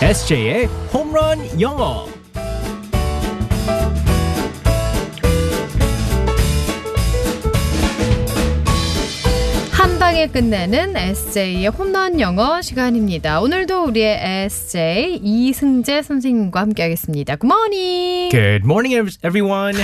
SJ의 홈런 영어. 한 방에 끝내는 SJ의 홈런 영어 시간입니다. 오늘도 우리의 SJ 이승재 선생님과 함께하겠습니다. 굿모닝. Good morning, ev- everyone.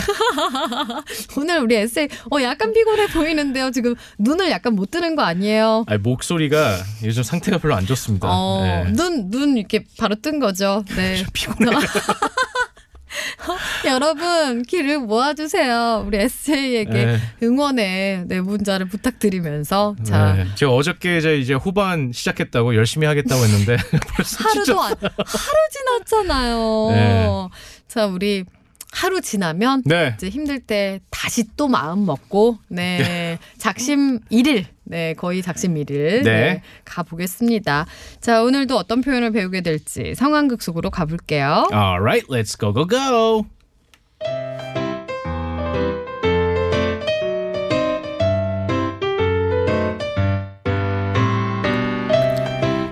오늘 우리 SJ 어 약간 피곤해 보이는데요. 지금 눈을 약간 못 뜨는 거 아니에요? 아, 목소리가 요즘 상태가 별로 안 좋습니다. 어, 네. 눈, 눈 이렇게 바로 뜬 거죠. 네. 피곤해. 여러분, 귀를 모아주세요. 우리 SJ에게 네. 응원의 네, 문자를 부탁드리면서. 자. 네. 제가 어저께 이제, 이제 후반 시작했다고 열심히 하겠다고 했는데 벌써 하루도 진짜 안, 하루 지났잖아요. 네. 자, 우리 하루 지나면 네. 이제 힘들 때 다시 또 마음 먹고 네 작심 일일 네 거의 작심 일일 네. 네. 가보겠습니다. 자 오늘도 어떤 표현을 배우게 될지 상황극 속으로 가볼게요. All right, let's go go go.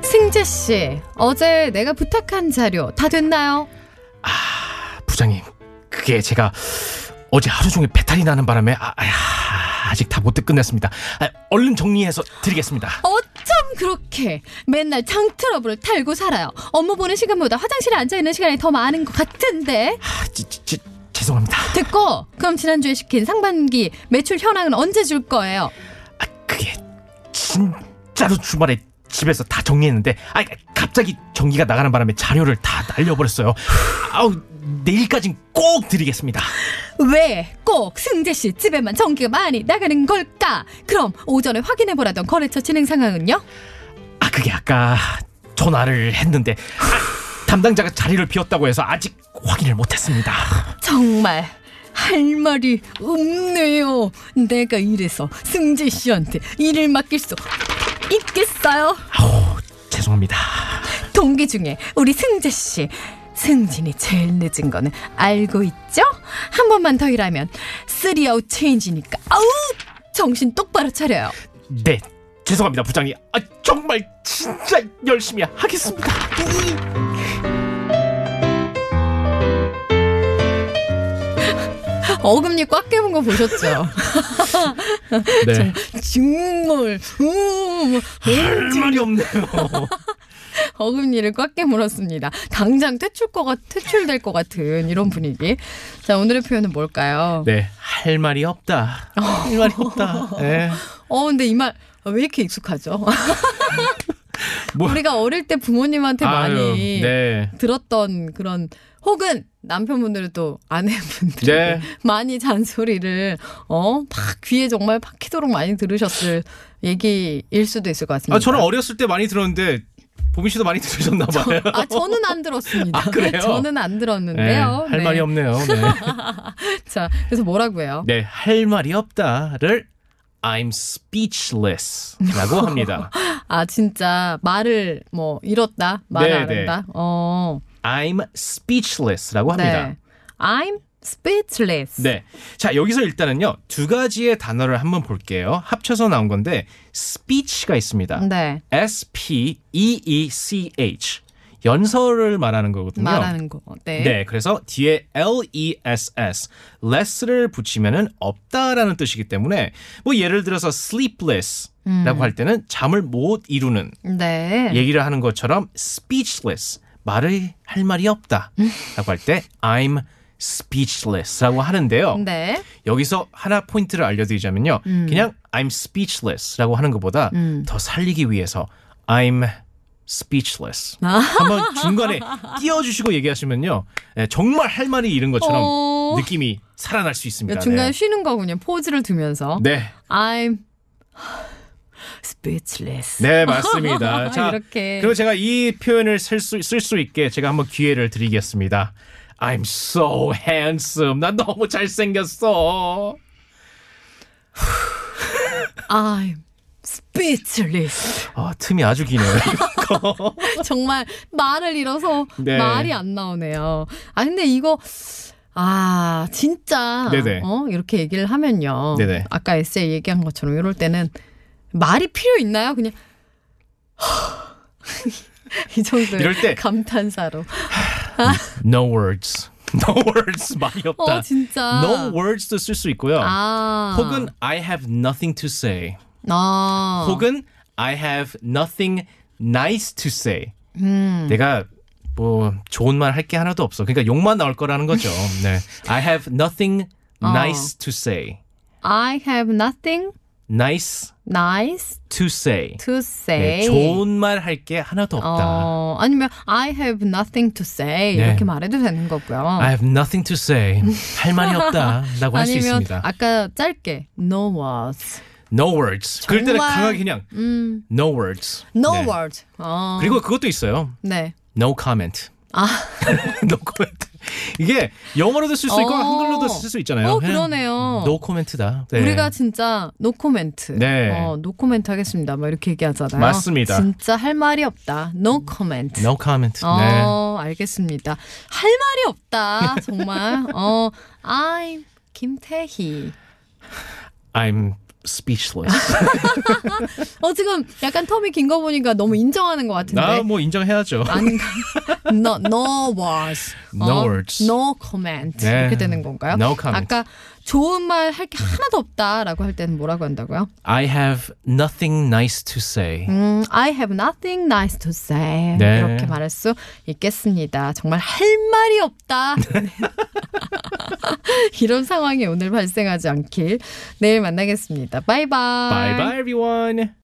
승재 씨 어제 내가 부탁한 자료 다 됐나요? 아, 부장님, 그게 제가 어제 하루 종일 배탈이 나는 바람에 아, 직 다 못 끝냈습니다. 아, 얼른 정리해서 드리겠습니다. 어쩜 그렇게 맨날 장 트러블을 탈고 살아요. 업무 보는 시간보다 화장실에 앉아 있는 시간이 더 많은 것 같은데. 아, 지- 지- 지- 죄송합니다. 듣고 그럼 지난주에 시킨 상반기 매출 현황은 언제 줄 거예요? 아, 그게 진짜로 주말에 집에서 다 정리했는데 아, 갑자기 전기가 나가는 바람에 자료를 다 날려버렸어요. 아우, 내일까진 꼭 드리겠습니다. 왜 꼭 승재 씨 집에만 전기가 많이 나가는 걸까? 그럼 오전에 확인해 보라던 거래처 진행 상황은요? 아, 그게 아까 전화를 했는데 아, 담당자가 자리를 비웠다고 해서 아직 확인을 못했습니다. 정말 할 말이 없네요. 내가 이래서 승재 씨한테 일을 맡길 수 있겠어요? 아우, 죄송합니다. 동기 중에 우리 승재 씨. 승진이 제일 늦은 거는 알고 있죠? 한 번만 더 일하면 쓰리아웃 체인지니까 아우 정신 똑바로 차려요. 네 죄송합니다 부장님 아 정말 진짜 열심히 하겠습니다 어금니 꽉 깨문 거 보셨죠? 네 정말 음, 할말이 없네요 어금니를 꽉 깨물었습니다. 당장 퇴출 것 같, 퇴출될 것 같은 이런 분위기. 자 오늘의 표현은 뭘까요? 네할 말이 없다 할 말이 없다 네. 어 근데 이 말 왜 이렇게 익숙하죠? 뭐- 우리가 어릴 때 부모님한테 아유, 그 많이 네 들었던 그런 혹은 남편분들은 또 아내분들이 네. 많이 잔소리를 어막 귀에 정말 박히도록 많이 들으셨을 얘기일 수도 있을 것 같습니다. 아, 저는 어렸을 때 많이 들었는데 보민 씨도 많이 들으셨나 봐요 아 저는 안 들었습니다. 네, 아, 그래요? 저는 안 들었는데요. 할 네. 말이 없네요 자, 그래서 뭐라고 해요? 네할 말이 없다를 I'm speechless라고 합니다 아 진짜 말을 뭐 잃었다, 말을 네, 안 네. 한다. 어, I'm speechless라고 합니다 네. I'm speechless. 네. 자, 여기서 일단은요, 두 가지의 단어를 한번 볼게요. 합쳐서 나온 건데, speech가 있습니다. E 네, S-P-E-E-C-H. 연설을 말하는 거거든요. 말하는 거. 네. 네, 그래서 뒤에 L-E-S-S, less를 붙이면은 없다라는 뜻이기 때문에, 뭐 예를 들어서 sleepless. 라고 할 때는 잠을 못 이루는 네. 얘기를 하는 것처럼 speechless 말을 할 말이 없다라고 할 때 I'm speechless라고 하는데요. 네. 여기서 하나 포인트를 알려드리자면요. 음. 그냥 I'm speechless라고 하는 것보다 더 살리기 위해서 I'm speechless 아. 한번 중간에 띄워주시고 얘기하시면요. 예, 정말 할 말이 잃은 것처럼 어. 느낌이 살아날 수 있습니다. 중간에 네. 쉬는 거군요. 포즈를 두면서. 네, I'm speechless. 네, 맞습니다. 자, 이렇게. 그리고 제가 이 표현을 쓸 수 쓸 수 있게 제가 한번 기회를 드리겠습니다. I'm so handsome. 난 너무 잘생겼어. I'm speechless. 아, 틈이 아주 기네요. 이거. 정말 말을 잃어서 네. 말이 안 나오네요. 아 근데 이거 아 진짜 네네. 어 이렇게 얘기를 하면요. 네네. 아까 에세이 얘기한 것처럼 이럴 때는 말이 필요 있나요? 그냥 이 정도의 이럴 때- 감탄사로. No words. No words 말이 없다. 어 진짜. No words도 쓸 수 있고요. 아. 혹은 I have nothing to say. 아. 혹은 I have nothing nice to say. 음. 내가 뭐 좋은 말 할 게 하나도 없어. 그러니까 욕만 나올 거라는 거죠. 네. I have nothing 어. nice to say. I have nothing Nice nice to say. to 네, say. 좋은 말 할 게 하나도 없다. 어, 아니면 I have nothing to say 네. 이렇게 말해도 되는 거고요. I have nothing to say. 할 말이 없다라고 할 수 아니면 있습니다. 아까 짧게 no words. No words. 그럴 때는 정말- 강하게 그냥 음, no words. no 네. words. 어, 그리고 그것도 있어요. 네. No comment. 아. no comment. 이게 영어로도 쓸 수 있고 어. 한글로도 쓸 수 있잖아요. 어, 그냥 그러네요. No comment다. 네. 우리가 진짜 노 코멘트. 네. 어, 노 코멘트 하겠습니다. 막 이렇게 얘기하잖아요. 맞습니다. 진짜 할 말이 없다. 노 코멘트. no comment. 네. 어, 알겠습니다. 할 말이 없다. 정말. 어, I'm 김태희. I'm speechless. 어, 지금 약간 텀이 긴 거 보니까 너무 인정하는 것 같은데. 나 뭐 인정해야죠. 네. 아닌가? no, no words. No words. 어, No comment. 네. 이렇게 되는 건가요? No comment. 아까 좋은 말 할 게 하나도 없다라고 할 때는 뭐라고 한다고요? I have nothing nice to say. 음, I have nothing nice to say. 네. 이렇게 말할 수 있겠습니다. 정말 할 말이 없다. 네. 이런 상황이 오늘 발생하지 않길 내일 만나겠습니다. 바이바이. Bye bye everyone.